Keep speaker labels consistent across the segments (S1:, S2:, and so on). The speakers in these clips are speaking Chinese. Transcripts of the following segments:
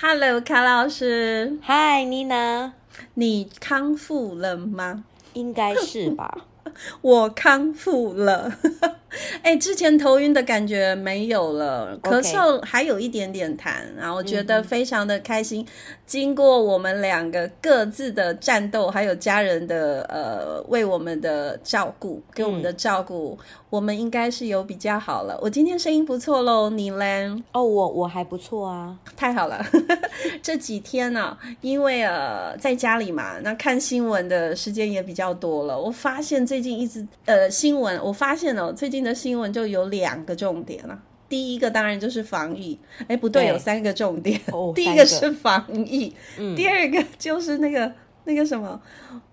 S1: Hello，卡老师，
S2: 嗨，妮娜，
S1: 你康复了吗？
S2: 应该是 吧？
S1: 我康复了， 哎、之前头晕的感觉没有了，咳
S2: OK
S1: 嗽还有一点点痰，然后觉得非常的开心。经过我们两个各自的战斗，还有家人的呃为我们的照顾，给我们的照顾，我们应该是有比较好了。我今天声音不错喽，你嘞？
S2: 哦，我我还不错啊。
S1: 太好了， 这几天呢、因为呃在家里嘛，那看新闻的时间也比较多了。我发现最近一直呃新闻，我发现哦最近的新闻就有两个重点了、第一个当然就是防疫，哎不对，
S2: 对
S1: 有三个重点。，
S2: 哦
S1: 第一
S2: 三
S1: 个
S2: 个
S1: 是防疫，
S2: 嗯
S1: 第二个就是那个那个什么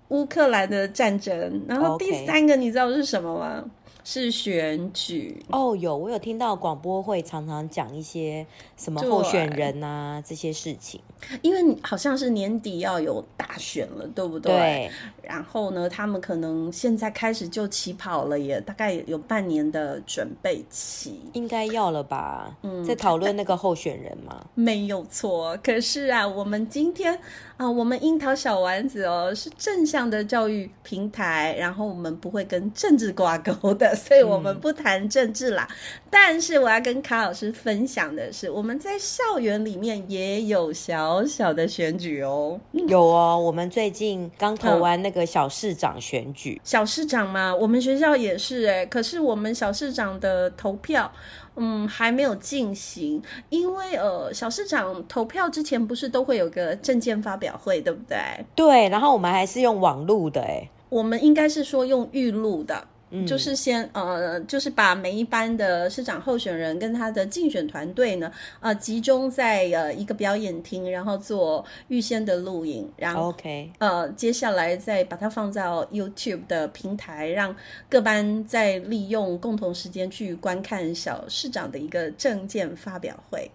S1: 乌克兰的战争，然后
S2: 哦 OK
S1: 第三个你知道是什么吗？是选举。
S2: 哦，有我有听到广播会常常讲一些什么候选人啊这些事情。
S1: 因为你好像是年底要有大选了，对不对？
S2: 对，
S1: 然后呢，他们可能现在开始就起跑了耶，大概有半年的准备期。
S2: 应该要了吧？
S1: 嗯
S2: 在讨论那个候选人 嘛。
S1: 没有错，可是啊，我们今天啊，我们樱桃小丸子哦是正向的教育平台，然后我们不会跟政治挂钩的，所以我们不谈政治啦。但是我要跟卡老师分享的是，我们在校园里面也有小小的选举哦。
S2: 有哦，我们最近刚投完那个小市长选举。
S1: 小市长嘛，我们学校也是哎、可是我们小市长的投票，嗯，还没有进行，因为呃，小市长投票之前不是都会有个证件发表会，对不对？
S2: 对，然后我们还是用网路的哎。
S1: 我们应该是说用预录的，
S2: 嗯
S1: 就是先呃，就是把每一班的市长候选人跟他的竞选团队呢，呃，集中在呃一个表演厅，然后做预先的录影，然后
S2: 哦 OK，
S1: 呃，接下来再把它放到 YouTube 的平台，让各班再利用共同时间去观看小市长的一个证件发表会。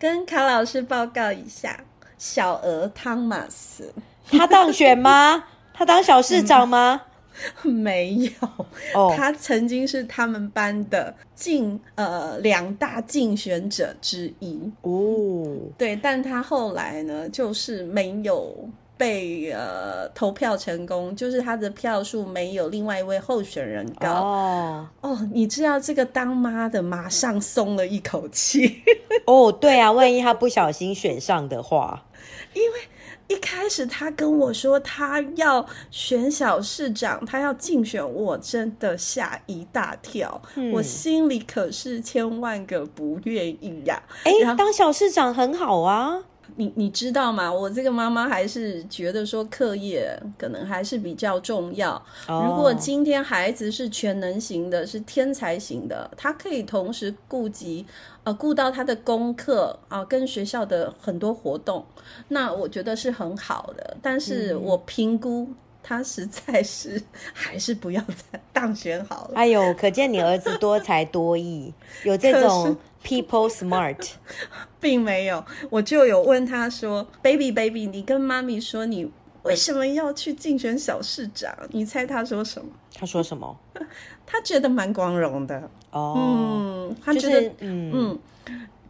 S1: 跟卡老师报告一下，小鹅汤马斯
S2: 他当选吗？他当小市长吗？
S1: 没有，
S2: 哦，
S1: 嗯他曾经是他们班的竞呃两大竞选者之一。
S2: 哦，
S1: 对，但他后来呢，就是没有被呃投票成功，就是他的票数没有另外一位候选人高。
S2: 哦。
S1: 哦你知道这个当妈的马上松了一口气。
S2: 哦，对啊，万一他不小心选上的话，
S1: 一开始他跟我说他要选小市长，他要竞选，我真的吓一大跳，我心里可是千万个不愿意呀、
S2: 哎
S1: 然后，
S2: 当小市长很好啊。
S1: 你你知道吗？我这个妈妈还是觉得说课业可能还是比较重要。
S2: 哦
S1: 如果今天孩子是全能型的，是天才型的，他可以同时顾及呃顾到他的功课啊、跟学校的很多活动，那我觉得是很好的。但是
S2: 嗯
S1: 我评估他实在是 还是不要再 当选好了。
S2: 哎呦，可见你儿子多才多 艺，有这种 people smart。
S1: 并没有，我就有问他说：“baby baby，你跟妈咪说你为什么要去竞选小市长？”你猜他说什么？
S2: 他说什么？
S1: 他觉得蛮光荣的，
S2: 哦，
S1: 嗯，他
S2: 就
S1: 觉得、
S2: 是嗯，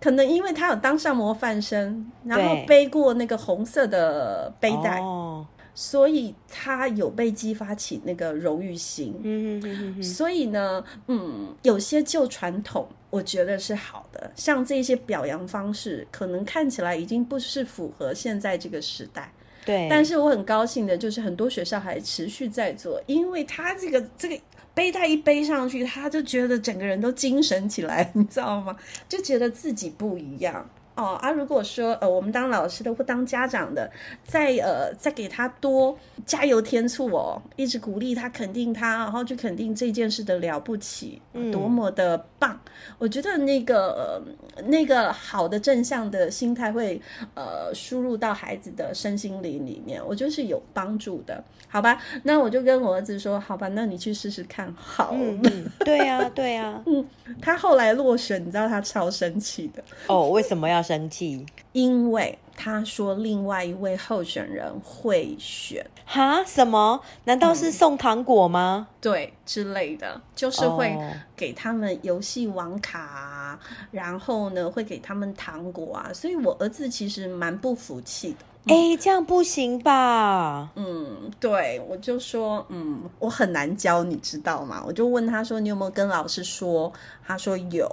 S1: 可能因为他有当上模范生，然后
S2: 对
S1: 背过那个红色的背带，
S2: 哦，
S1: 所以他有被激发起那个荣誉心。
S2: 嗯哼哼哼哼
S1: 所以呢，嗯，有些旧传统，我觉得是好的，像这些表扬方式，可能看起来已经不是符合现在这个时代。
S2: 对，
S1: 但是我很高兴的就是，很多学校还持续在做，因为他这个这个背带一背上去，他就觉得整个人都精神起来，你知道吗？就觉得自己不一样。哦啊，如果说呃，我们当老师的或当家长的，再呃再给他多加油添醋哦，一直鼓励他，肯定他，然后去肯定这件事的了不起，多么的棒！我觉得那个、呃、那个好的正向的心态会呃输入到孩子的身心灵里面，我觉得是有帮助的，好吧？那我就跟我儿子说，好吧，那你去试试看好了。
S2: 嗯嗯，
S1: 哦
S2: 对啊，对啊。
S1: 嗯他后来落选，你知道他超生气的，
S2: 哦，为什么要生气？
S1: 因为他说另外一位候选人会选，
S2: 哈？什么？难道
S1: 嗯
S2: 是送糖果吗？
S1: 对之类的，就是会
S2: 哦
S1: 给他们游戏网卡、啊，然后呢会给他们糖果啊。所以我儿子其实蛮不服气的。
S2: 哎、这样不行吧？
S1: 嗯，对，我就说，嗯，我很难教，你知道吗？我就问他说，你有没有跟老师说？他说有。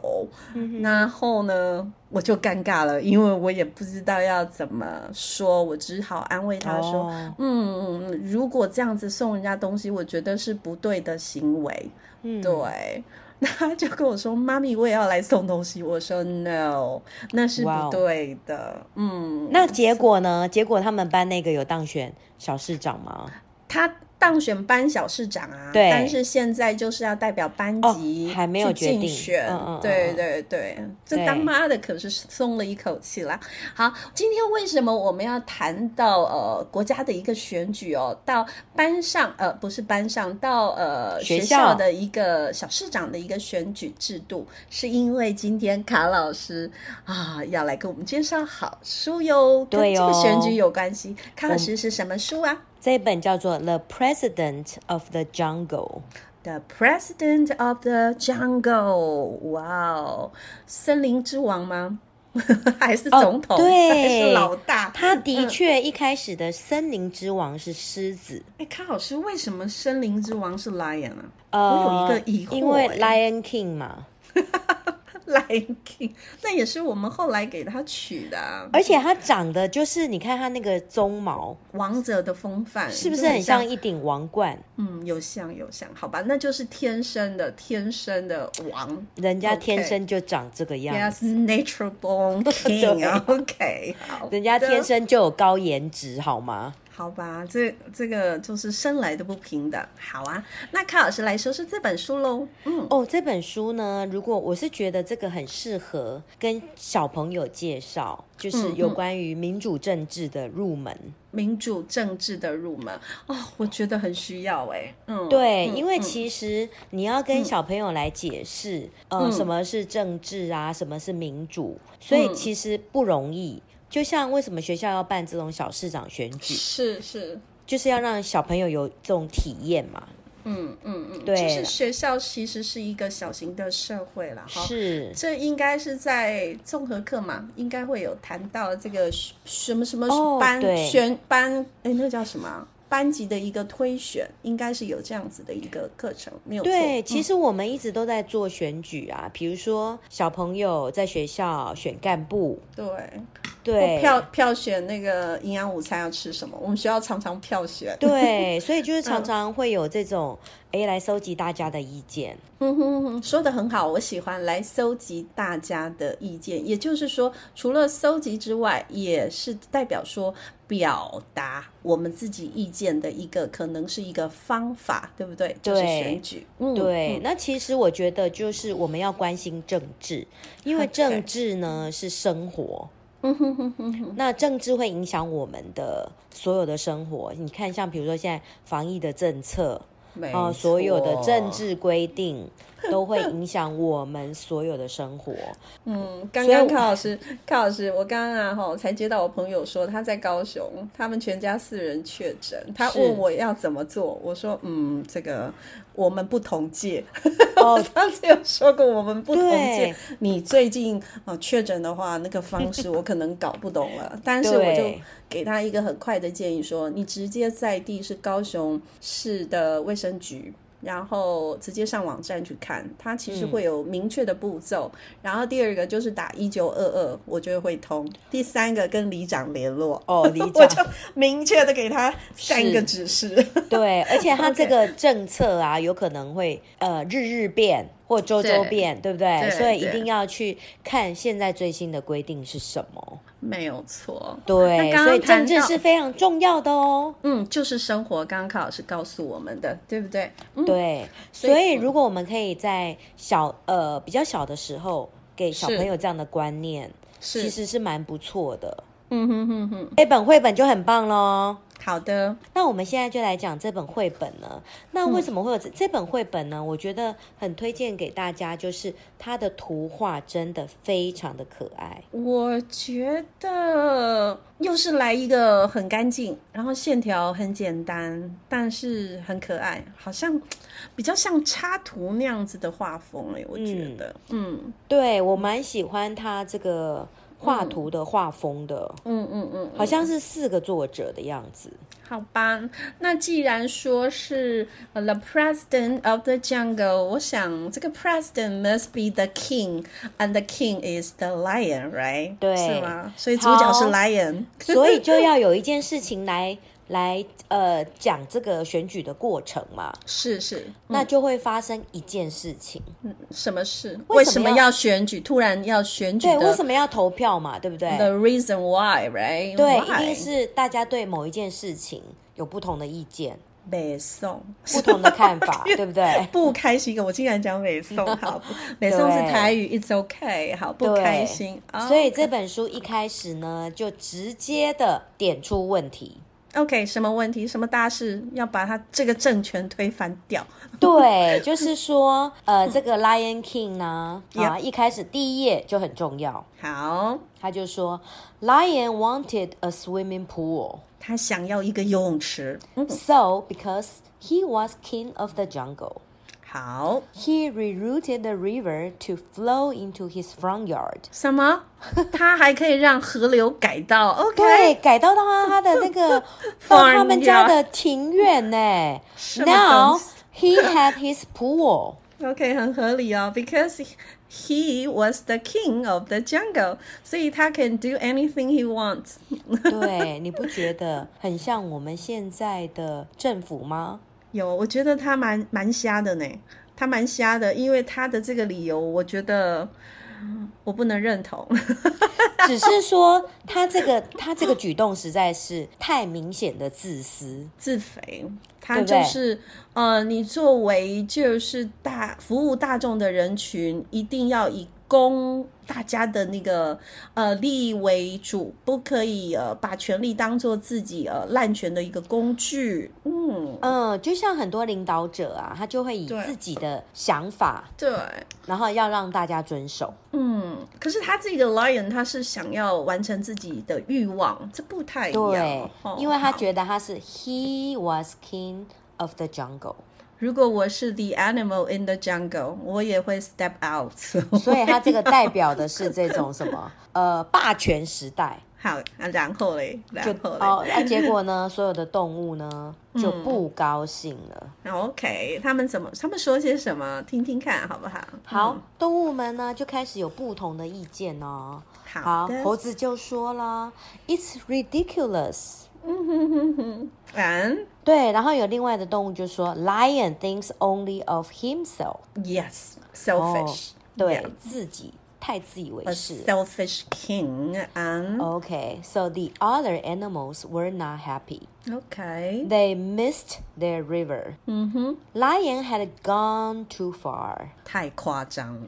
S2: 嗯
S1: 然后呢，我就尴尬了，因为我也不知道要怎么说，我只好安慰他说，
S2: 哦
S1: 嗯，如果这样子送人家东西，我觉得是不对的行为。
S2: 嗯，
S1: 对， 那他就跟我说：“妈咪，我也要来送东西。”我说：“No，那是
S2: 哇哦
S1: 不对的。”嗯，
S2: 那结果呢？结果他们班那个有当选小市长吗？
S1: 他当选班小市长啊，
S2: 对
S1: 但是现在就是要代表班级、
S2: 哦还没有决定
S1: 竞选，
S2: 嗯嗯嗯
S1: 对对对，这
S2: 对
S1: 当妈的可是松了一口气啦。好，今天为什么我们要谈到呃国家的一个选举哦，到班上呃不是班上，到呃
S2: 学
S1: 学
S2: 校
S1: 校的一个小市长的一个选举制度，是因为今天卡老师啊要来给我们介绍好书哟，跟
S2: 对
S1: 这个
S2: 哦
S1: 选举有关系。卡
S2: 我
S1: 老师是什么书啊？
S2: 这一本叫做《The President of the Jungle》。
S1: The President of the Jungle，哇哦，森林之王吗？ 还是总统？
S2: 哦对
S1: 还是老大？
S2: 他的确一开始的森林之王是狮子，
S1: 哎，康老师，为什么森林之王是 lion 啊？
S2: 呃，
S1: 我有一个疑惑
S2: 因为
S1: 欸
S2: Lion King 嘛，
S1: Lion King，那也是我们后来给他取的、啊，
S2: 而且它长得就是你看它那个鬃毛，
S1: 王者的风范
S2: 是不
S1: 就是
S2: 很像
S1: 像？
S2: 一顶王冠？
S1: 嗯，有像有像，好吧，那就是天生的，天生的王。
S2: 人家
S1: OK
S2: 天生就长这个样
S1: Yes,
S2: 子
S1: natural born king.
S2: 对
S1: OK，好的，
S2: 人家天生就有高颜值，好吗？
S1: 好吧，这这个就是生来的不平等。好啊，那卡老师来说说这本书喽。嗯，
S2: 哦，这本书呢，如果我是觉得这个很适合跟小朋友介绍，就是
S1: 嗯
S2: 有
S1: 嗯
S2: 关于民主政治的入门。
S1: 民主政治的入门哦，我觉得很需要哎、嗯，
S2: 对，
S1: 嗯
S2: 因为
S1: 嗯
S2: 其实你要跟小朋友来解释，呃，
S1: 嗯
S2: 什么是政治啊，什么是民主，所以
S1: 嗯
S2: 其实不容易。就像为什么学校要办这种小市长选举，
S1: 是是，
S2: 就是要让小朋友有这种体验嘛。
S1: 嗯嗯嗯，
S2: 对
S1: 就是学校其实是一个小型的社会了哈。
S2: 是，
S1: 这应该是在综合课嘛，应该会有谈到这个什什么什么
S2: 哦
S1: 班、
S2: 对
S1: 选班，哎，那个叫什么啊班级的一个推选，应该是有这样子的一个课程，没有错。
S2: 对，
S1: 嗯
S2: 其实我们一直都在做选举啊，比如说小朋友在学校选干部，
S1: 对，
S2: 对，
S1: 票票选那个营养午餐要吃什么？我们学校常常票选。
S2: 对，所 以就是
S1: 嗯
S2: 常常会有这种，哎、来收集大家的意见。
S1: 嗯哼哼，说的很好，我喜欢来搜集大家的意见。也就是说，除了搜集之外，也是代表说表达我们自己意见的一个，可能是一个方法，对不对？就是
S2: 对
S1: 选举。嗯，
S2: 对，
S1: 嗯
S2: 那其实我觉得就是我们要关心政治，因 为
S1: OK
S2: 政治呢是生 活，
S1: 嗯哼哼哼哼，
S2: 那政治会影响我们的所有的生活。你看，像比如说现在防疫的政策，
S1: 没
S2: 啊、所有的
S1: 错
S2: 政，治规定都会影响我们所有的 生活。
S1: 嗯，刚
S2: 所以
S1: 刚
S2: 我
S1: 康老师，康老师，我刚刚啊哈，才接到我朋友说他在高雄，他们全家四人确诊，他
S2: 是
S1: 问我要怎么做，我说嗯，这个我们不同届，
S2: 哦，
S1: 上次有说过我们不同
S2: 对
S1: 届，你最近啊确诊的话，那个方式我可能搞不懂了，但是我就
S2: 对
S1: 给他一个很快的建议说，你直接在地是高雄市的卫生局。然后直接上网站去看，它其实会有明确的步骤。然后第二个就是打一九二二，我觉得会通。第三个跟里长联络，
S2: 哦，理
S1: 我
S2: 解
S1: 就。明确的给他三个
S2: 是
S1: 指示。
S2: 对，而且它
S1: OK
S2: 这个政策啊，有可能会呃日日变或周周
S1: 对
S2: 变，对不对？
S1: 对
S2: 所以一
S1: 对
S2: 定要去看现在最新的规定是什么。
S1: 没有错，
S2: 对，
S1: 那刚刚
S2: 所以政
S1: 谈
S2: 治
S1: 到
S2: 是非常重要的哦。
S1: 嗯，就是生活，刚刚康老师告诉我们的，对不对？嗯，
S2: 对，
S1: 所以
S2: 所以如果我们可以在小呃比较小的时候给小
S1: 是
S2: 朋友这样的观念，
S1: 是，
S2: 其实是蛮不错的。
S1: 嗯哼哼哼，
S2: 这本绘本就很棒喽。
S1: 好的，
S2: 那我们现在就来讲这本绘本呢。那
S1: 嗯
S2: 为什么会有这、这本绘本呢？我觉得很推荐给大家，就是它的图画真的非常的可爱。
S1: 我觉得又是来一个很干净，然后线条很简单，但是很可爱，好像比较像插图那样子的画风哎、我觉得，嗯
S2: 对我蛮喜欢它这个画图的画风的，
S1: 嗯嗯嗯，
S2: 好像是四个作者的样 子。
S1: 好吧，那既然说是呃 The President of the Jungle，我想这个 President must be the King，and the King is the Lion，right？
S2: 对
S1: 是吗？所以主角是
S2: 好
S1: Lion，
S2: 所以就要有一件事情来来呃讲这个选举的过程嘛，
S1: 是是，
S2: 那就会发生一件事情，
S1: 什么事？
S2: 为
S1: 为
S2: 什
S1: 什
S2: 么要
S1: 么要选举？突然要选举
S2: 对，为
S1: 的
S2: 什么要投票嘛，对不对？
S1: ？The reason why，right？
S2: 对，一
S1: Why？
S2: 定是大家对某一件事情有不同的意见、
S1: 北宋。
S2: 不同的看法，对不对？
S1: 不开心，我竟然讲美颂，好，不美颂是台语，It's OK，好，不
S2: 对
S1: 开心，啊。
S2: 所以这本书一开始呢，就直接的点出问 题。
S1: 哦 OK，什么问题？什么大事要把他这个政权推翻掉？
S2: 对，就是说，呃，这个 Lion King 呢，啊，
S1: Yeah
S2: 一开始第一页就很重要，
S1: 好，
S2: 他就说，Lion wanted a swimming pool,
S1: 他想要一个游泳池。嗯，
S2: so because he was king of the jungle,
S1: 好，
S2: he rerouted the river to flow into his front yard.
S1: 什么？ 他还可以让河流改道
S2: 对，
S1: ？OK，
S2: 改到他他的 那个到他们家的庭院呢。
S1: 什么
S2: Now
S1: 东西
S2: he had his pool，
S1: OK，很合理哦，because he was the king of the jungle，所以他 can do anything he wants。
S2: 对，你不觉得很像我们现在的政府 吗？
S1: 有，我觉得他蛮蛮瞎的呢，他蛮瞎的，因为他的这个理由，我觉得我不能认同。
S2: 只是说他这个他这个举动实在是太明显的自私。
S1: 自肥，他
S2: 对不
S1: 就
S2: 对
S1: 是呃，你作为就是大服务大众的人群，一定要以供大家的那个呃利益为主，不可以呃把权力当做自己呃滥权的一个工具。嗯，
S2: 嗯，就像很多领导者啊，他就会以
S1: 对
S2: 自己的想法，
S1: 对，
S2: 然后要让大家遵守。
S1: 嗯，可是他这个 lion 他是想要完成自己的欲望，这不太一样。
S2: 对
S1: 哦，
S2: 因为他
S1: 好
S2: 觉得他是 he was king of the jungle。
S1: 如果我是 the animal in the jungle，我也会 step out。
S2: 所以它这个代表的是这种什么呃霸权时代，
S1: 好，啊然后嘞，然
S2: 就
S1: 后嘞。
S2: 哦，那、结果呢，所有的动物呢就不高兴
S1: 嗯
S2: 了。
S1: OK，他们怎么？他们说些什么？听听看好不好？
S2: 好
S1: 嗯，
S2: 动物们呢就开始有不同的意见哦。
S1: 好
S2: 好，
S1: 的。
S2: 猴子就说啦，It's ridiculous。
S1: 嗯 And
S2: 对，然后有另外的动物就说，Lion thinks only of himself。哦
S1: yes, selfish.
S2: Oh，对
S1: Yeah.
S2: 自己太自以为
S1: A
S2: 是。
S1: selfish king. And
S2: Okay, so the other animals were not happy.
S1: OK.
S2: They missed their river.
S1: 嗯哼，
S2: Lion had gone too far.
S1: 太夸张了。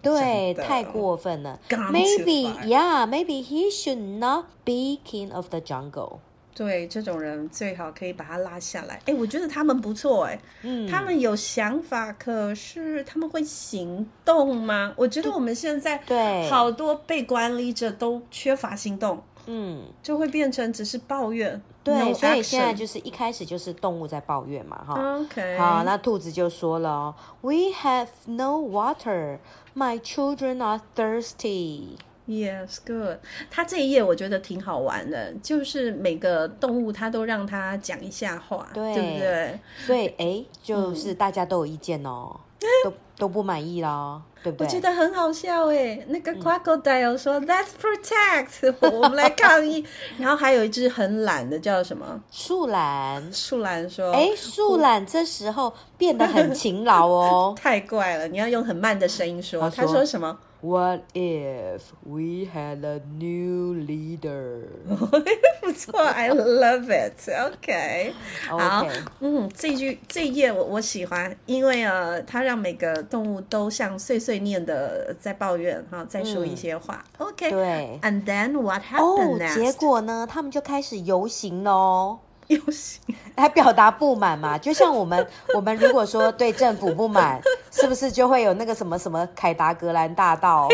S1: 真
S2: 对，
S1: 的
S2: 太。过分了。
S1: Gone too
S2: Maybe,
S1: far.
S2: yeah, maybe he should not be king of the jungle.
S1: 对，这种人最好可以把他拉下来。哎，我觉得他们不错哎。嗯。他们有想法，可是他们会行动吗？我觉得我们现在
S2: 对
S1: 好多被管理者都缺乏行动。
S2: 嗯，
S1: 就会变成只是抱怨。
S2: 对
S1: no
S2: 所以现在
S1: action
S2: 就是一开始就是动物在抱怨嘛，哈。
S1: OK，
S2: 好，那兔子就说了哦，We have no water. My children are thirsty.
S1: Yes, good。它这一页我觉得挺好玩的，就是每个动物它都让它讲一下话，
S2: 对
S1: 不对？
S2: 所以，哎，就是大家都有意见哦，都都不满意啦，对不对？
S1: 我觉得很好笑哎，
S2: 嗯
S1: 那个 crocodile 说、Let's protect，我 们来抗 议。然后还有一只很懒的叫什么
S2: 树懒，
S1: 树懒说，
S2: 哎，树懒这时候变得很勤劳哦。
S1: 太怪了，你要用很慢的声音说。
S2: 它说
S1: 他说什么？
S2: What if we had a new leader？
S1: 不错，I love it。OK，好
S2: OK
S1: 嗯，这句这一页我我喜欢，因为呃，它让每个动物都像碎碎念的在抱怨哈，在说一些话。OK，
S2: 嗯对
S1: And then what
S2: 哦
S1: happened，next？
S2: 结果呢，他们就开始游行喽。
S1: 游行。
S2: 来表达不满嘛。就像我 们，我们如果说对政府不满，是不是就会有那个什么什么凯达格兰大 道，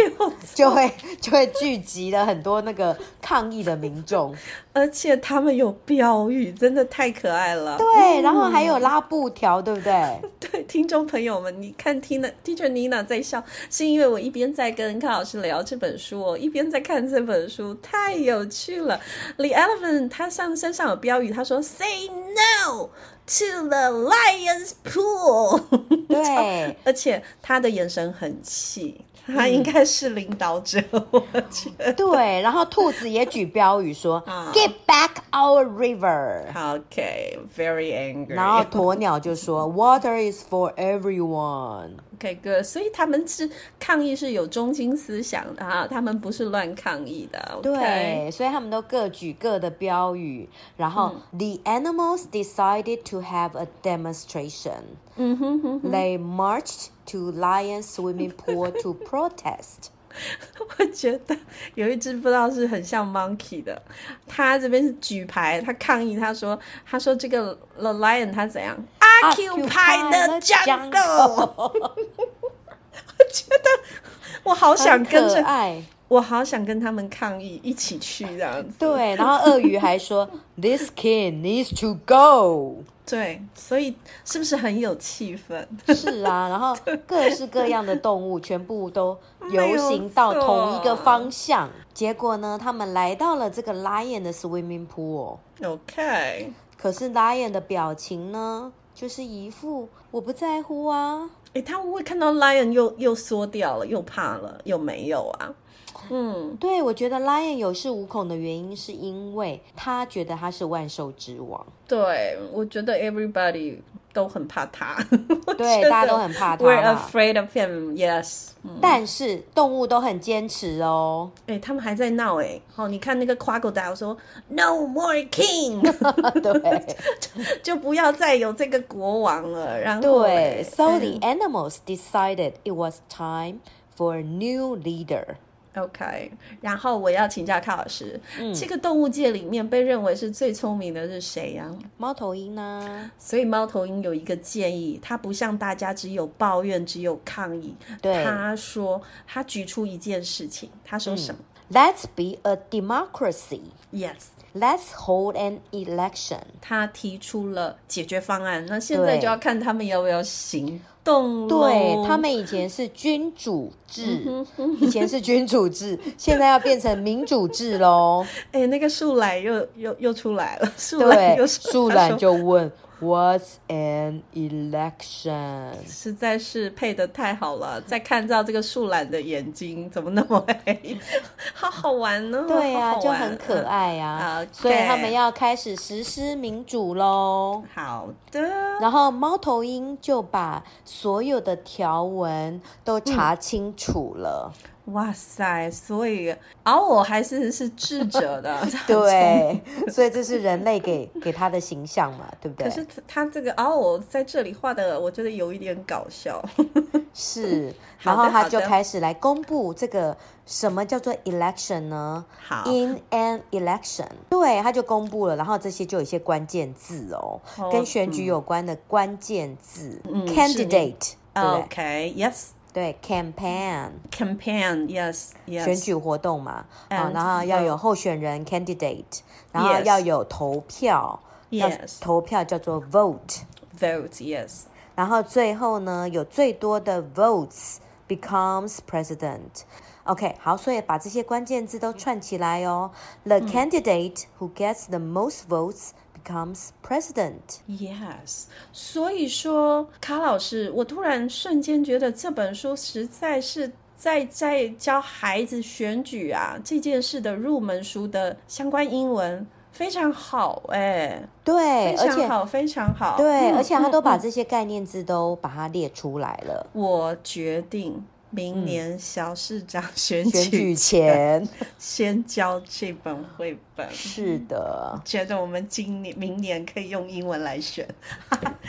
S2: 就会就会聚集了很多那个抗议的民 众。
S1: 而且他们有标语，真的太可爱了。
S2: 对，然后还有拉布条，对不对？
S1: 对，听众朋友们，你看 Tina Teacher Nina 在笑，是因为我一边在跟康老师聊这本书，我一边在看这本书，太有趣了。The Elephant 他上身上有标语，他说 “Say No”。To the lion's pool，
S2: 对，
S1: 而且他的眼神很气，他应该是领导者，我觉 得。
S2: 对，然后兔子也举标语说 “Get back our river”，
S1: OK，very angry。
S2: 然后鸵鸟 就说 “Water is for everyone”。
S1: OK，good。所以他们是抗议是有中心思想的哈，他们不是乱抗议的。
S2: 对，所以他们都各举各的标语，然后 The animals decided to have a demonstration.
S1: 嗯哼哼，
S2: They marched to lion swimming pool to protest.
S1: 我觉得有一只不知道是很像 monkey 的，它这边是举牌，它抗议，它说，它说这个 the lion 它怎样
S2: Occupy 啊 the
S1: the jungle，我觉得我好 想跟
S2: 很可
S1: 着，
S2: 爱。
S1: 我好想跟他们抗议，一起去这样子。
S2: 对，然后鳄鱼还 说 “This kid needs to go”。
S1: 对，所以是不是很有气氛？
S2: 是啊，然后各式各样的动物全部都
S1: 没
S2: 游
S1: 有
S2: 行到
S1: 错
S2: 同一个方向。结果呢，他们来到了这个 lion 的 swimming pool，
S1: OK，
S2: 可是 lion 的表情呢，就是一副我不在乎啊。
S1: 哎，他会不会看到 lion 又又缩掉了，又怕了，又没有啊？嗯，
S2: 对，我觉得 lion 有恃无恐的原因，是因为他觉得他是万兽之王，
S1: 对，我觉得 everybody 都很怕他，我觉
S2: 对，
S1: 得
S2: 大家都很怕他
S1: We're
S2: 嘛。
S1: afraid of him. Yes，嗯，
S2: 但是动物都很坚持哦，
S1: 哎，他们还在闹哎，哦，你看那个 crocodile 说 No more king，
S2: 对。
S1: 就不要再有这个国王了。然后
S2: 对
S1: 哎
S2: ，so
S1: 嗯
S2: the animals decided it was time for a new leader。
S1: 哎 OK，然后我要请教康老师，这个动物界里面被认为是最聪明的是谁呀、
S2: 猫头鹰呢？
S1: 所以猫头鹰有一个建议，它不像大家只有抱怨，只有抗议。
S2: 对
S1: 他说他举出一件事情，他说什么、
S2: Let's be a democracy.
S1: y e s
S2: Let's hold an election.
S1: 他提出了解决方案。那现在
S2: 对
S1: 就要看他们要不要行动咯
S2: 对他们以前是君主制，以前是君主 制，现在要变成民主制喽。
S1: 哎，那个树懒又又又出来了，树懒
S2: 对，
S1: 又
S2: 树
S1: 他
S2: 懒
S1: 说
S2: 就问 What's an election？
S1: 实在是配的太好了，再看到这个树懒的眼睛怎么那么黑，好好玩 呢、哦。
S2: 对呀、
S1: 好好
S2: 就
S1: 玩
S2: 很可。爱呀、
S1: OK
S2: 所以他们要开始实施民主喽。
S1: 好的，
S2: 然后猫头鹰就把所有的条文都查清楚了，
S1: 哇塞！所以嗷我还是是智者 的，
S2: 对， 所以这是人 类给给它的形象嘛，对不
S1: 可
S2: 对？
S1: 是他这个嗷我在这里画的，我觉得有一点搞笑。
S2: 是，
S1: 好
S2: 然
S1: 的
S2: 后他
S1: 嗯好
S2: 就
S1: 的
S2: 开始来公布这个什么叫做 election 呢
S1: 好
S2: ？In an election，对，他就公布了，然后这些就有一些关键字哦，
S1: 哦
S2: 跟选举有关的关键字、
S1: 嗯是哦
S2: c a n d i d a t e 对不对？
S1: OK，Yes，Campaign，Yes，Yes，、
S2: 对，campaign
S1: yes,
S2: 选举活动嘛，啊
S1: And，
S2: 然后要有候选人 candidate，然后
S1: Yes
S2: 要有投票，要
S1: Yes
S2: 投票叫做 vote，
S1: Vote，Yes，
S2: 然后最后呢有最多的 votes becomes president。OK，好，所以把这些关键字都串起来哦。The
S1: 嗯
S2: candidate who gets the most votes becomes president。
S1: Yes，所以说，卡老师，我突然瞬间觉得这本书实在是在在教孩子选举啊这件事的入门书的相关英文，非常好哎、
S2: 对，
S1: 非
S2: 而
S1: 常
S2: 且
S1: 好，非常好。
S2: 对，
S1: 嗯
S2: 而且他都把这些概念字都把它列出来了。
S1: 嗯我决定明年小市长选
S2: 嗯选举
S1: 举
S2: 前
S1: 先教这本绘本。
S2: 是 的，
S1: 觉得我们今年、明年可以用英文来选，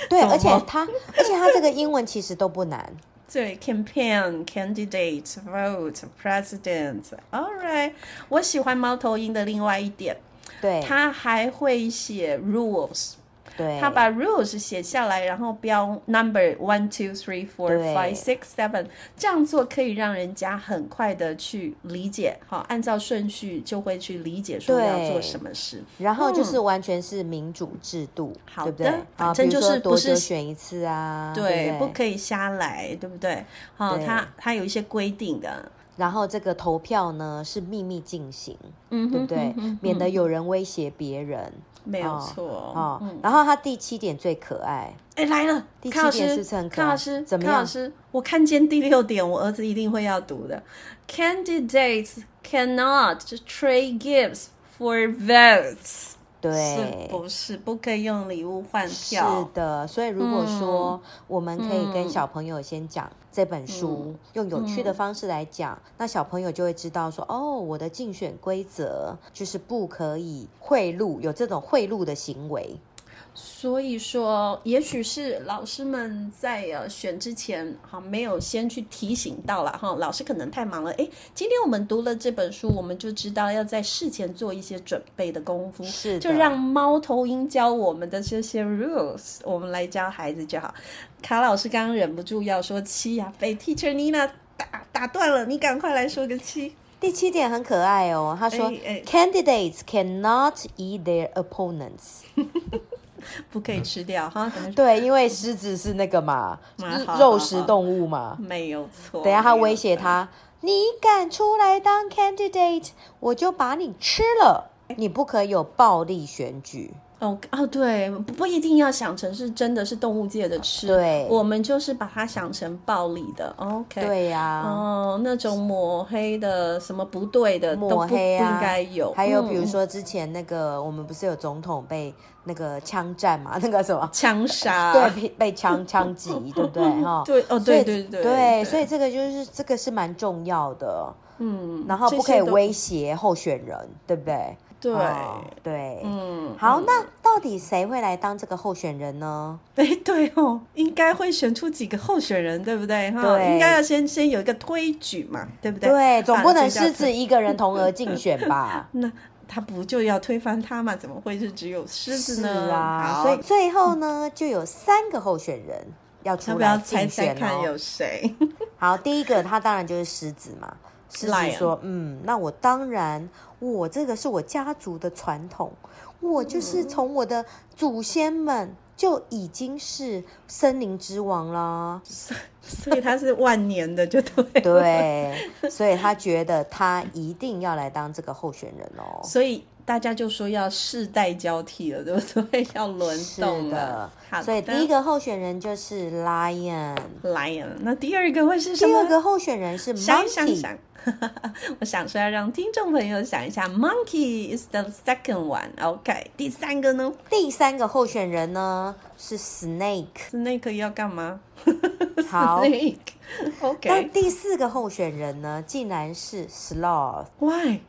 S2: 对，
S1: 怎
S2: 而且
S1: 么
S2: 他，而且他这个英文其实都不难。
S1: 对，campaign、candidate、vote、president。All right，我喜欢猫头鹰的另外一点，
S2: 对
S1: 他还会写
S2: 哦
S1: rules，
S2: 对，
S1: 他把 rules 写下来，然后标 number one two three four
S2: 对
S1: five six seven，这样做可以让人家很快的去理解，好，按照顺序就会去理解说要
S2: 对
S1: 做什么事。
S2: 然后就是完全是民主制度，
S1: 嗯好
S2: 对不
S1: 的
S2: 对？啊，
S1: 反正
S2: 比如
S1: 就
S2: 说
S1: 是不
S2: 多
S1: 是
S2: 久选一次啊，对
S1: 不
S2: 不对？
S1: 可以瞎来，对不对？好、
S2: 对
S1: 他他有一些规定的，
S2: 然后这个投票呢是秘密进行，
S1: 嗯
S2: 对不
S1: 哼，
S2: 对？免得有人威胁别人
S1: 没有
S2: 哦
S1: 错
S2: 哦。
S1: 嗯
S2: 然后他第七点最可爱，
S1: 哎、来了，
S2: 第
S1: 康老
S2: 七点
S1: 师，
S2: 是不是很可爱
S1: 康老师，
S2: 怎么
S1: 康老
S2: 样
S1: 师，我看见第六点，我儿子一定会要读的。Candidates cannot trade gifts for votes，是
S2: 对，
S1: 不是不可以用礼物换
S2: 是
S1: 票？
S2: 的，所以如果
S1: 嗯
S2: 说我们可以跟小朋友先讲这本书，
S1: 嗯
S2: 用有趣的方式来讲，那小朋友就会知道说，哦，我的竞选规则就是不可以贿赂，有这种贿赂的行为。
S1: 所以说，也许是老师们在呃选之前哈，没有先去提醒到了哈，老师可能太忙了。诶，今天我们读了这本书，我们就知道要在事前做一些准备的功夫。
S2: 是的，
S1: 就让猫头鹰教我们的这些 rules，我们来教孩子就好。卡老师刚刚忍不住要说七呀、被 teacher Nina 打打断了，你赶快来说个七。
S2: 第七点很可爱哦，他说、
S1: 哎哎
S2: candidates cannot eat their opponents。
S1: 不可以吃掉 哈，可能是
S2: 对，因为狮子是那个嘛，
S1: 蛮好
S2: 肉
S1: 好
S2: 食
S1: 好哦
S2: 动物嘛。
S1: 没有错。
S2: 等一下他
S1: 没有
S2: 威胁
S1: 错，
S2: 他：“你敢出来当 candidate，我就把你吃了。你不可以有暴力选举。
S1: 哦哦，对，不不一定要想成是真的是动物界的吃，
S2: 对
S1: 我们就是把它想成暴力的，OK，”
S2: 对啊呀、
S1: 哦，那种抹黑的什么不对的都
S2: 抹黑
S1: 不不
S2: 啊，
S1: 应该有，
S2: 还有比如
S1: 嗯
S2: 说之前那个，我们不是有总统被那个枪战嘛，那个什 么，
S1: 枪杀，
S2: 对， 被被枪枪击，对不对？哈，
S1: 对哦，
S2: 所以
S1: 对对对
S2: 所以这个就是这个是蛮重要的，
S1: 嗯，
S2: 然后
S1: 这
S2: 不可
S1: 些
S2: 以
S1: 都
S2: 威胁候选人，对不对？
S1: 对，
S2: 哦对，
S1: 嗯，
S2: 好，
S1: 嗯
S2: 那到底谁会来当这个候选人呢？
S1: 哎， 对哦，应该会选出几个候选人，对不对？哈，
S2: 对
S1: 应该要先先有一个推举嘛，对不对？
S2: 对，总不
S1: 把
S2: 能
S1: 这家
S2: 狮子
S1: 推？
S2: 一个人同额竞选吧
S1: 那他不就要推翻他嘛？怎么会是只有 狮子
S2: 是
S1: 呢？
S2: 啊，
S1: 好
S2: 所以最后呢，就有三个候选人要
S1: 要
S2: 出
S1: 不要
S2: 来
S1: 猜
S2: 竞
S1: 猜
S2: 选
S1: 看
S2: 哦。
S1: 有谁？
S2: 好，第一个他当然就是狮子嘛。狮子
S1: Lion
S2: 说：“嗯，那我当然，我这个是我家族的传统，我就是从我的祖先们就已经是森林之 王啦。
S1: 所以他是万年的，就对。
S2: 对，所以他觉得他一定要来当这个候选人哦。
S1: 所以大家就说要世代交替了，对不对？ 要轮
S2: 是
S1: 动
S2: 的
S1: 了。好，
S2: 所以第一个候选人就是 lion，
S1: lion，那第二个会是什
S2: 第
S1: 么？
S2: 二个候选人是
S1: 想一想
S2: monkey，
S1: 想， 我想说要让听众朋友想一下，monkey is the second one。OK，第三个呢
S2: 第三个候选人呢是 snake。
S1: ？snake 要干嘛
S2: 好，那
S1: ？snake，OK，Why？
S2: 第四个候选人呢，竟然是 sloth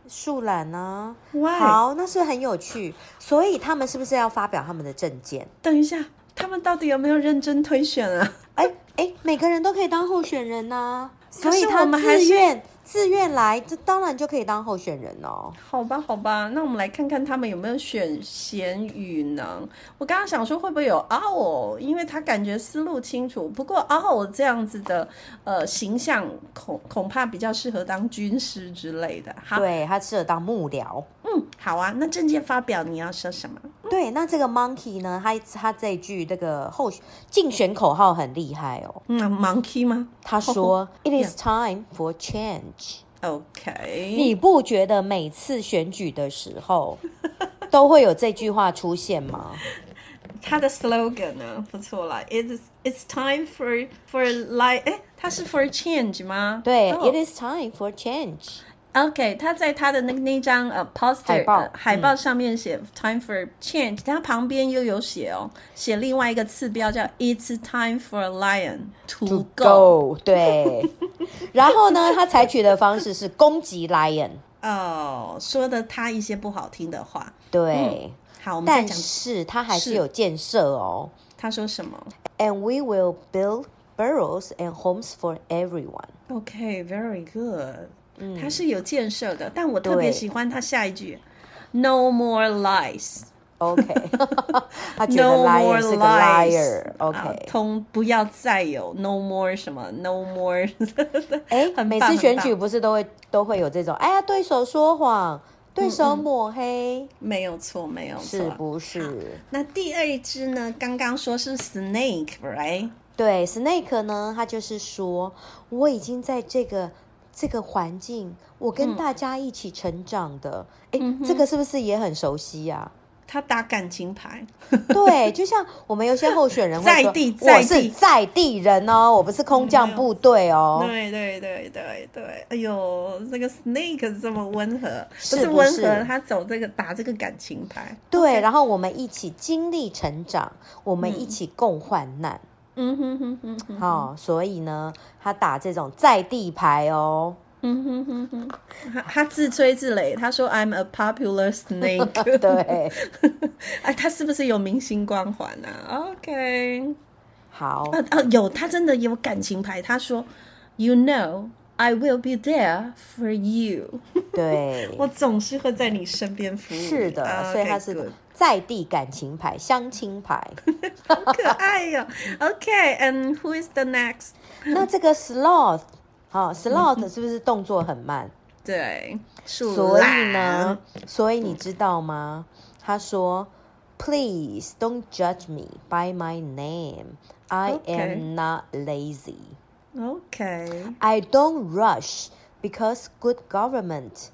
S2: 树懒呢、
S1: Why？
S2: 好，那是不是很有趣。所以他们是不是要发表他们的证件？
S1: 等一下，他们到底有没有认真推选啊？
S2: 哎哎，每个人都可以当候选人呐、所
S1: 可
S2: 以
S1: 是
S2: 他
S1: 我们还
S2: 自
S1: 是
S2: 愿自愿来，这当然就可以当候选人哦。
S1: 好吧，好吧，那我们来看看他们有没有选咸鱼呢？我刚刚想说会不会有 owl，因为他感觉思路清楚。不过 owl 这样子的呃形象恐恐怕比较适合当军师之类的。好，
S2: 对他适合当幕僚。
S1: 嗯，好啊。那证件发表你要说什么？
S2: 对，那这个 monkey 呢？他他这一句那个候选竞选口号很厉害哦。
S1: 嗯，monkey 吗
S2: 他说：“It is time for change。”
S1: ？OK，
S2: 你不觉得每次选举的时 候都会有这句话出现吗？
S1: 他的 slogan 呢？不错啦，It's It's time for for life。哎，他是 for change 吗？
S2: 对、
S1: 哦
S2: i t is time for change。
S1: OK，他在他的那那张呃 poster
S2: 海报
S1: 呃海报上面写 Time for Change，他旁边又有写哦，写另外一个次标叫 It's time for lion to go。
S2: Go，对。 然后呢，他采取的方式是攻击 lion，
S1: 哦，说的他一些不好听的话。
S2: 对。
S1: 好，嗯我们再
S2: 但
S1: 讲
S2: 是他还是
S1: 是
S2: 有建设哦。
S1: 他说什么
S2: And we will build burrows and homes for everyone。
S1: ？OK，very、good。他是有建设的，但我特别
S2: 嗯对
S1: 喜欢他下一句 No more lies。
S2: OK，他 觉
S1: No
S2: 得 liar
S1: more
S2: 是个
S1: lies，
S2: liar。
S1: 啊
S2: OK，
S1: 通不要再有 no more 什么 no more，
S2: 哎、
S1: 很
S2: 每
S1: 棒
S2: 次
S1: 很
S2: 选
S1: 棒
S2: 举不是都会都会有这种，哎呀，对手说谎，对手抹黑，
S1: 嗯没有错，没有
S2: 是
S1: 错。
S2: 不是？
S1: 那第二只呢？刚刚说是 snake，right？
S2: 对，Snake 呢，他就是说，我已经在这个这个环境，我
S1: 嗯
S2: 跟大家一起成长的，哎、这个是不是也很熟悉呀、
S1: 他打感情牌，
S2: 对，就像我们有些候选人会
S1: 在
S2: 说
S1: 地
S2: 我
S1: 在
S2: 是
S1: 地
S2: 在地人哦，我不是空降部队哦。
S1: 对对对对对，哎呦，这个 snake 这么温和，
S2: 是
S1: 不是
S2: 不
S1: 温
S2: 是
S1: 和，他走这个打这个感情牌，
S2: 对，然后我们一起经历成长，我们一起共患难。
S1: 嗯哼哼哼哼，
S2: 哦，所以呢，他打这种在地 牌哦。
S1: 嗯哼哼哼，他他自吹自擂，他说 I'm a popular snake，
S2: 对，
S1: 哎， 他是不是有明星光环啊？OK，
S2: 好，
S1: 啊啊，有，他真的有感情牌，他说 You know I will be there for you，
S2: 对， 嗯
S1: 我总是会在你身边服务你。
S2: 是的，
S1: 啊
S2: 所以
S1: OK，
S2: 他是
S1: good
S2: 在地感情牌、相亲牌。
S1: 好可爱哟、OK，and、who is the next？
S2: 那这个 sloth，好、s l o
S1: 嗯
S2: t h 是不是动作很慢？
S1: 对，树
S2: 所
S1: 嗯
S2: 以
S1: 懒
S2: 呢，，所以你知道吗？他说，Please don't judge me by my name. I
S1: Okay.
S2: am not lazy.
S1: OK，
S2: I don't rush because good government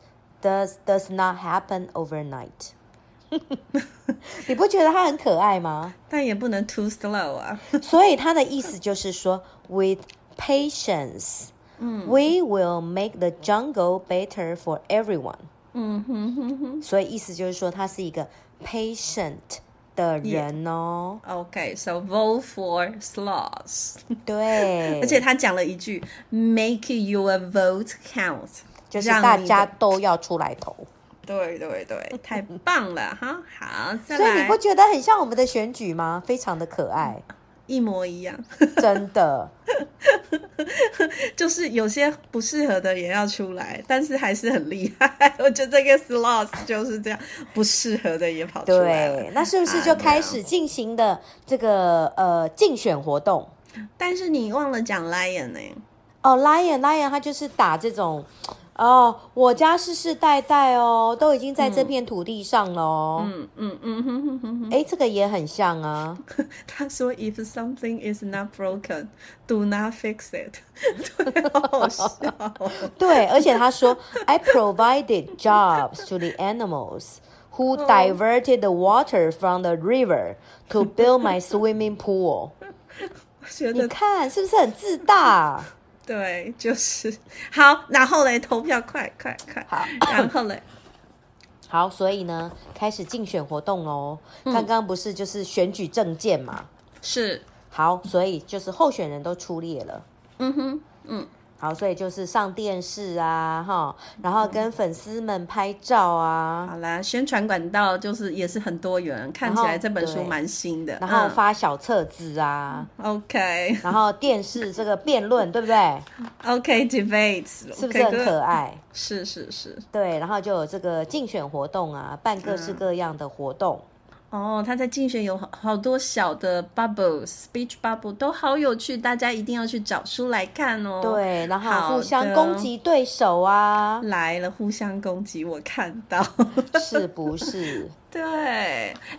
S2: does does not happen overnight 。你不觉得它很可爱吗？
S1: 但也不能 too slow 啊。
S2: 所以它的意思就是说，with patience，we will make the jungle better for everyone。
S1: 嗯哼哼哼
S2: 所以意思就是说，他是一个 patient 的人哦。
S1: ，OK，so、vote for sloths。
S2: 对，
S1: 而且他讲了一句 “Make your vote count”，
S2: 就是
S1: 让
S2: 大
S1: 你的
S2: 家都要出来投。
S1: 对对对，太棒了哈！好，再
S2: 所以
S1: 来
S2: 你不觉得很像我们的选举吗？非常的可爱，
S1: 一模一样，
S2: 真的。
S1: 就是有些不适合的也要出来，但是还是很厉害。 我觉得这个 slots 就是这样，不适合的也跑出来了哎
S2: 对，那是不是就开始进行的这个呃竞选活动？
S1: 但是你忘了讲 lion 呢、
S2: 哦，lion lion，他就是打这种，哦，我家世世代代哦，都已经在这片土地上了哦。
S1: 嗯嗯嗯哼哼哼哼，
S2: 哎、这个也很像啊。
S1: 他说 “If something is not broken, do not fix it”，对， 好好笑哦、
S2: 对，而且他说，I provided jobs to the animals who
S1: Oh
S2: diverted the water from the river to build my swimming pool。
S1: 我觉
S2: 你
S1: 得
S2: 看是不是很自大？
S1: 对，就是好，然后嘞，投票快快快，
S2: 好，
S1: 然后嘞，
S2: 好，所以呢，开始竞选活动喽。
S1: 嗯
S2: 刚刚不是就是选举证件嘛？
S1: 是，
S2: 好，所以就是候选人都出列了。
S1: 嗯哼，
S2: 好，所以就是上电视啊，哈，然后跟粉丝们拍照啊，
S1: 好啦，宣传管道就是也是很多元，看起
S2: 后
S1: 来这本书
S2: 对
S1: 蛮新的，
S2: 然后
S1: 嗯
S2: 发小册子啊，
S1: OK
S2: 然后电视这个辩论，对不对？
S1: 嗯 OK debates
S2: 是不是很可？
S1: OK，good
S2: 爱？
S1: 是是是，
S2: 对，然后就有这个竞选活动啊，办各式各样的活动。
S1: 哦，他在竞选有好好多小的 bubble、speech bubble 都好有趣，大家一定要去找书来看哦。，
S2: 对，然
S1: 好
S2: 后互相
S1: 的，
S2: 攻击对手啊
S1: 来了，互相攻击，我看到。
S2: 是不是？
S1: 对，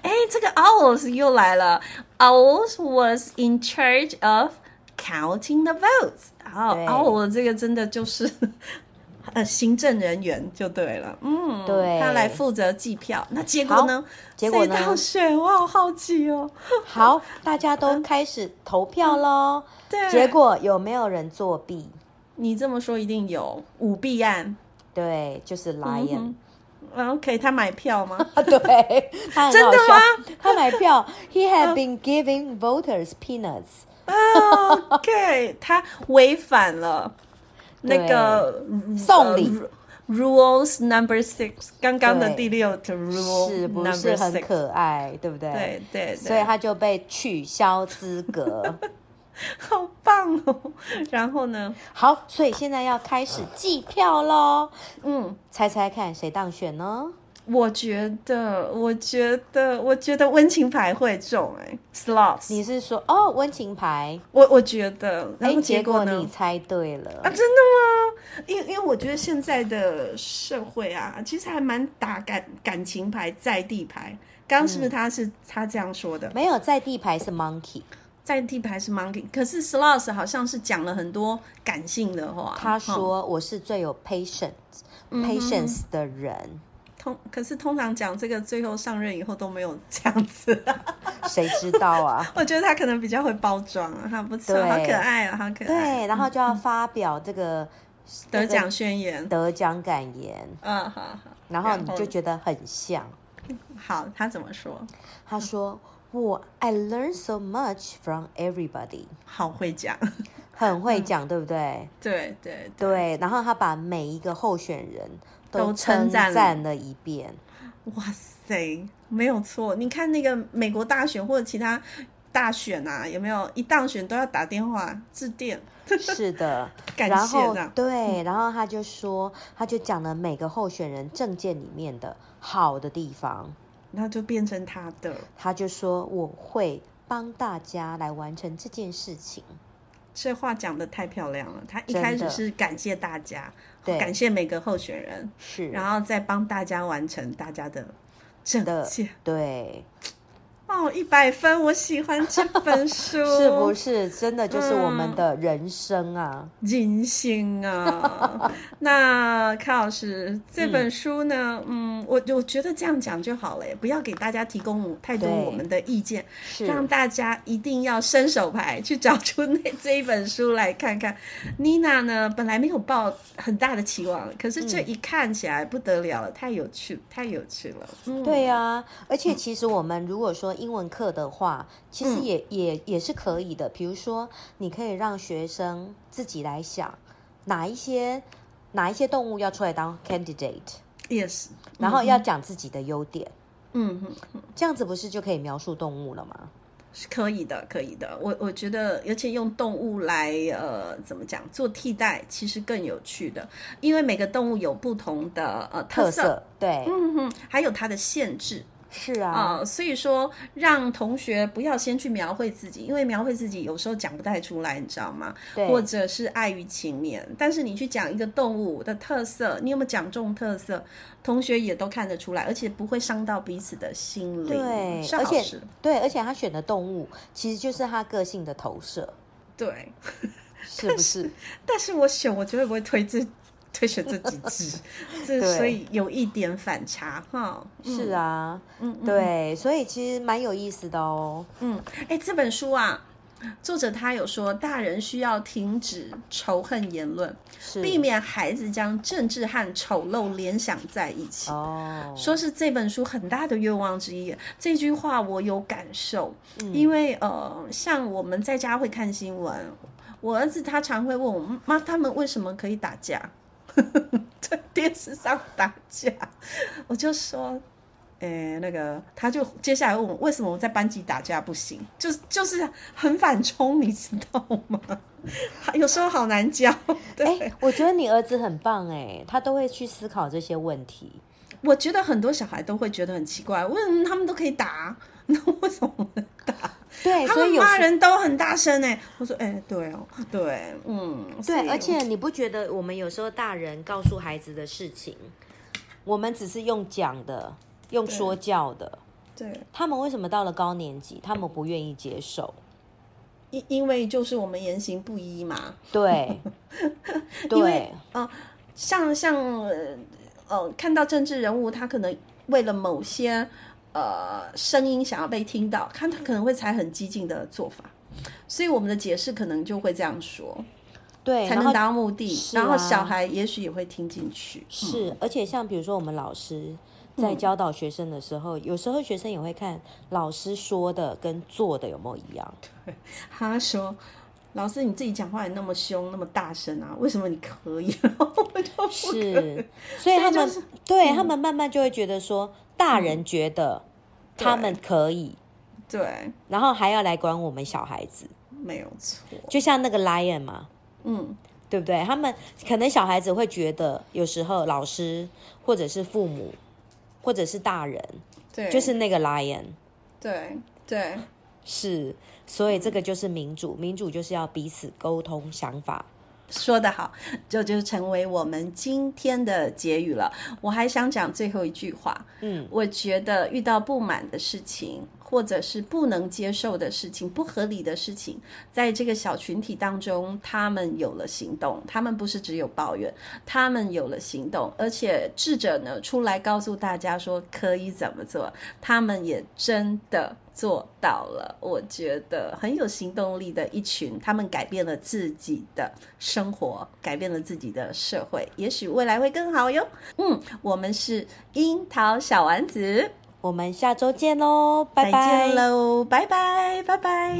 S1: 哎，这个 owls 又来了。Owls was in charge of counting the votes。然后
S2: 对
S1: owl 这个真的就是 呃行政人员就对了，嗯，
S2: 对
S1: 他来负责计票。那结果呢？
S2: 结果呢
S1: 这一道选我好好奇哦。
S2: 好，大家都开始投票喽。
S1: 对，
S2: 结果有没有人作弊？
S1: 你这么说一定有舞弊案。
S2: 对，就是 lion。
S1: 嗯 OK，他买票吗？
S2: 啊， 对，他很
S1: 真
S2: 好
S1: 的
S2: 笑
S1: 吗？
S2: 他买票，He had been giving voters peanuts。
S1: 啊 OK，他违反了那个
S2: 送礼
S1: 呃 rules number six，刚刚的
S2: 对
S1: 第六个 rule
S2: 是不
S1: number
S2: 是很
S1: six
S2: 可爱？对不对？
S1: 对对对
S2: 所以他就被取消资格。
S1: 好棒哦！然后呢？
S2: 好，所以现在要开始计票喽。
S1: 嗯，
S2: 猜猜看谁当选呢？
S1: 我觉得，我觉得，我觉得温情牌会中哎、slots。
S2: 你是说哦温情牌？
S1: 我我觉得，然
S2: 哎，
S1: 后
S2: 结
S1: 嗯结
S2: 果
S1: 果呢？
S2: 你猜对了
S1: 啊，真的吗？因因为我觉得现在的社会啊，其实还蛮打感感情牌、在地牌。刚刚是不
S2: 嗯
S1: 是他是、他这样说的？
S2: 没有在地牌是 monkey，
S1: 在地牌是 monkey，可是 slots 好像是讲了很多感性的话。
S2: 他
S1: 哦
S2: 说我是最有 patience、patience
S1: 嗯
S2: 的人，
S1: 通，可是通常讲这个最后上任以后都没有这样子。
S2: 谁知道啊？
S1: 我觉得他可能比较会包装啊，他不错，
S2: 对
S1: 好可爱啊，好可爱。
S2: 对，然后就要发表这个
S1: 得
S2: 这个
S1: 奖宣言，
S2: 得奖感言，
S1: 嗯，好好
S2: 然后
S1: 然
S2: 你
S1: 后
S2: 就觉得很像。
S1: 好，他怎么说？
S2: 他说我 I learn so much from everybody，
S1: 好会讲，
S2: 很会讲，对不
S1: 嗯
S2: 对？
S1: 对对对，
S2: 对，然后他把每一个候选人
S1: 都
S2: 称
S1: 称赞了
S2: 赞了一遍。
S1: 哇塞，没有错。你看那个美国大选或者其他大选啊，有没有一当选都要打电话致电？
S2: 是的，
S1: 感
S2: 然
S1: 谢
S2: 后
S1: 这样嗯
S2: 对，然后他就说，他就讲了每个候选人证件里面的好的地方，
S1: 那就变成他的
S2: 他就说我会帮大家来完成这件事情。
S1: 这话讲的太漂亮了。他一
S2: 真
S1: 开始
S2: 的
S1: 是感谢大家，
S2: 对
S1: 感谢每个候选人，
S2: 是，
S1: 然后再帮大家完成大家的证
S2: 的
S1: 件。
S2: 对，
S1: 哦，一百分，我喜欢这本书，
S2: 是不是真的就是我
S1: 嗯
S2: 们的人生啊？
S1: 人性 啊？那康老师这本书呢？嗯，我我觉得这样讲就好了耶，不要给大家提供太多
S2: 对
S1: 我们的意见，
S2: 是，
S1: 让大家一定要伸手牌去找出那这一本书来看看。妮娜呢，本来没有抱很大的期望，可是这一看起来不得了了，太有趣，太有趣了。嗯，
S2: 对呀、而且其实我们如果说英文课的话，其
S1: 嗯
S2: 实也、也也是可以的。比如说，你可以让学生自己来想哪一些哪一些动物要出来当 candidate，
S1: 也是，
S2: 然后要讲自己的优点，
S1: 嗯哼。
S2: 这样子不是就可以描述动物了吗？
S1: 是可以的，可以的。我我觉得，而且用动物来呃，怎么讲做替代，其实更有趣的，因为每个动物有不同的呃
S2: 特
S1: 特色，
S2: 色，对，
S1: 嗯哼，还有它的限制
S2: 是啊，
S1: 啊、所以说让同学不要先去描绘自己，因为描绘自己有时候讲不太出来，你知道吗？
S2: 对，
S1: 或者是碍于情面。但是你去讲一个动物的特色，你有没有讲中特色，同学也都看得出来，而且不会伤到彼此的心灵，
S2: 对
S1: 是
S2: 而
S1: 好
S2: 且
S1: 事。
S2: 对，而且他选的动物其实就是他个性的投射，
S1: 对。
S2: 是 不是？
S1: 但是我选，我绝对不会推这推选这几只， 这
S2: 对
S1: 所以有一点反差哈。
S2: 是啊，嗯，对，所以其实蛮有意思的哦。
S1: 嗯，哎、这本书啊，作者他有说，大人需要停止仇恨言论，
S2: 是
S1: 避免孩子将政治和丑陋联想在一起。
S2: 哦，
S1: 说是这本书很大的愿望之一，这句话我有感受，因为呃，像我们在家会看新闻，我儿子他常会问我妈，他们为什么可以打架？ 在电视上打架，我就说。诶、那个，他就接下来问我为什么我在班级打架不行，就是就是很反冲，你知道吗？ 有时候好难教。对，
S2: 哎、我觉得你儿子很棒哎，他都会去思考这些问题。
S1: 我觉得很多小孩都会觉得很奇怪，为什么他们都可以打？那为什么我们打？
S2: 对，
S1: 他
S2: 所
S1: 们
S2: 以有
S1: 骂
S2: 时
S1: 人都很大声哎、我说哎、对哦，对，嗯，所以
S2: 对，而且你不觉得我们有时候大人告诉孩子的事情，我们只是用讲的，用说教的。
S1: 对，
S2: 他们为什么到了高年级，他们不愿意接 受？
S1: 因因为就是我们言行不一嘛，
S2: 对，
S1: 因为
S2: 对，
S1: 像像呃呃，看到政治人物，他可能为了某些呃声音想要被听到，看他可能会采很激进的做法，所以我们的解释可能就会这样说，
S2: 对，
S1: 才
S2: 然
S1: 能
S2: 后
S1: 达到目的，
S2: 是
S1: 然后
S2: 啊
S1: 小孩也许也会听进去，嗯
S2: 是，而且像比如说我们老师在教导学生的时
S1: 嗯
S2: 候，有时候学生也会看老师说的跟做的有没有一样。
S1: 他说：“老师，你自己讲话也那么凶，那么大声啊，为什么你可以？”然后我就不
S2: 是，所以他们、
S1: 就是嗯
S2: 对、他们慢慢就会觉得说，大人觉得他们可以，
S1: 对，
S2: 然后还要来管我们小孩子，
S1: 没有错，
S2: 就像那个 lion 嘛，
S1: 嗯，
S2: 对不对？他们可能小孩子会觉得，有时候老师或者是父母或者是大人，
S1: 对，
S2: 就是那个 lion。
S1: 对对
S2: 是，所以这个就是民主，民主就是要彼此沟通想法。
S1: 说得好，这就成为我们今天的结语了。我还想讲最后一句话，
S2: 嗯，
S1: 我觉得遇到不满的事情，或者是不能接受的事情、不合理的事情，在这个小群体当中，他们有了行动，他们不是只有抱怨，他们有了行动，而且智者呢出来告诉大家说可以怎么做，他们也真的。做到了，我觉得很有行动力的一群，他们改变了自己的生活，改变了自己的社会，也许未来会更好哟。嗯，我们是樱桃小丸子，
S2: 我们下周见喽，拜拜。
S1: 再见喽，拜拜，拜拜。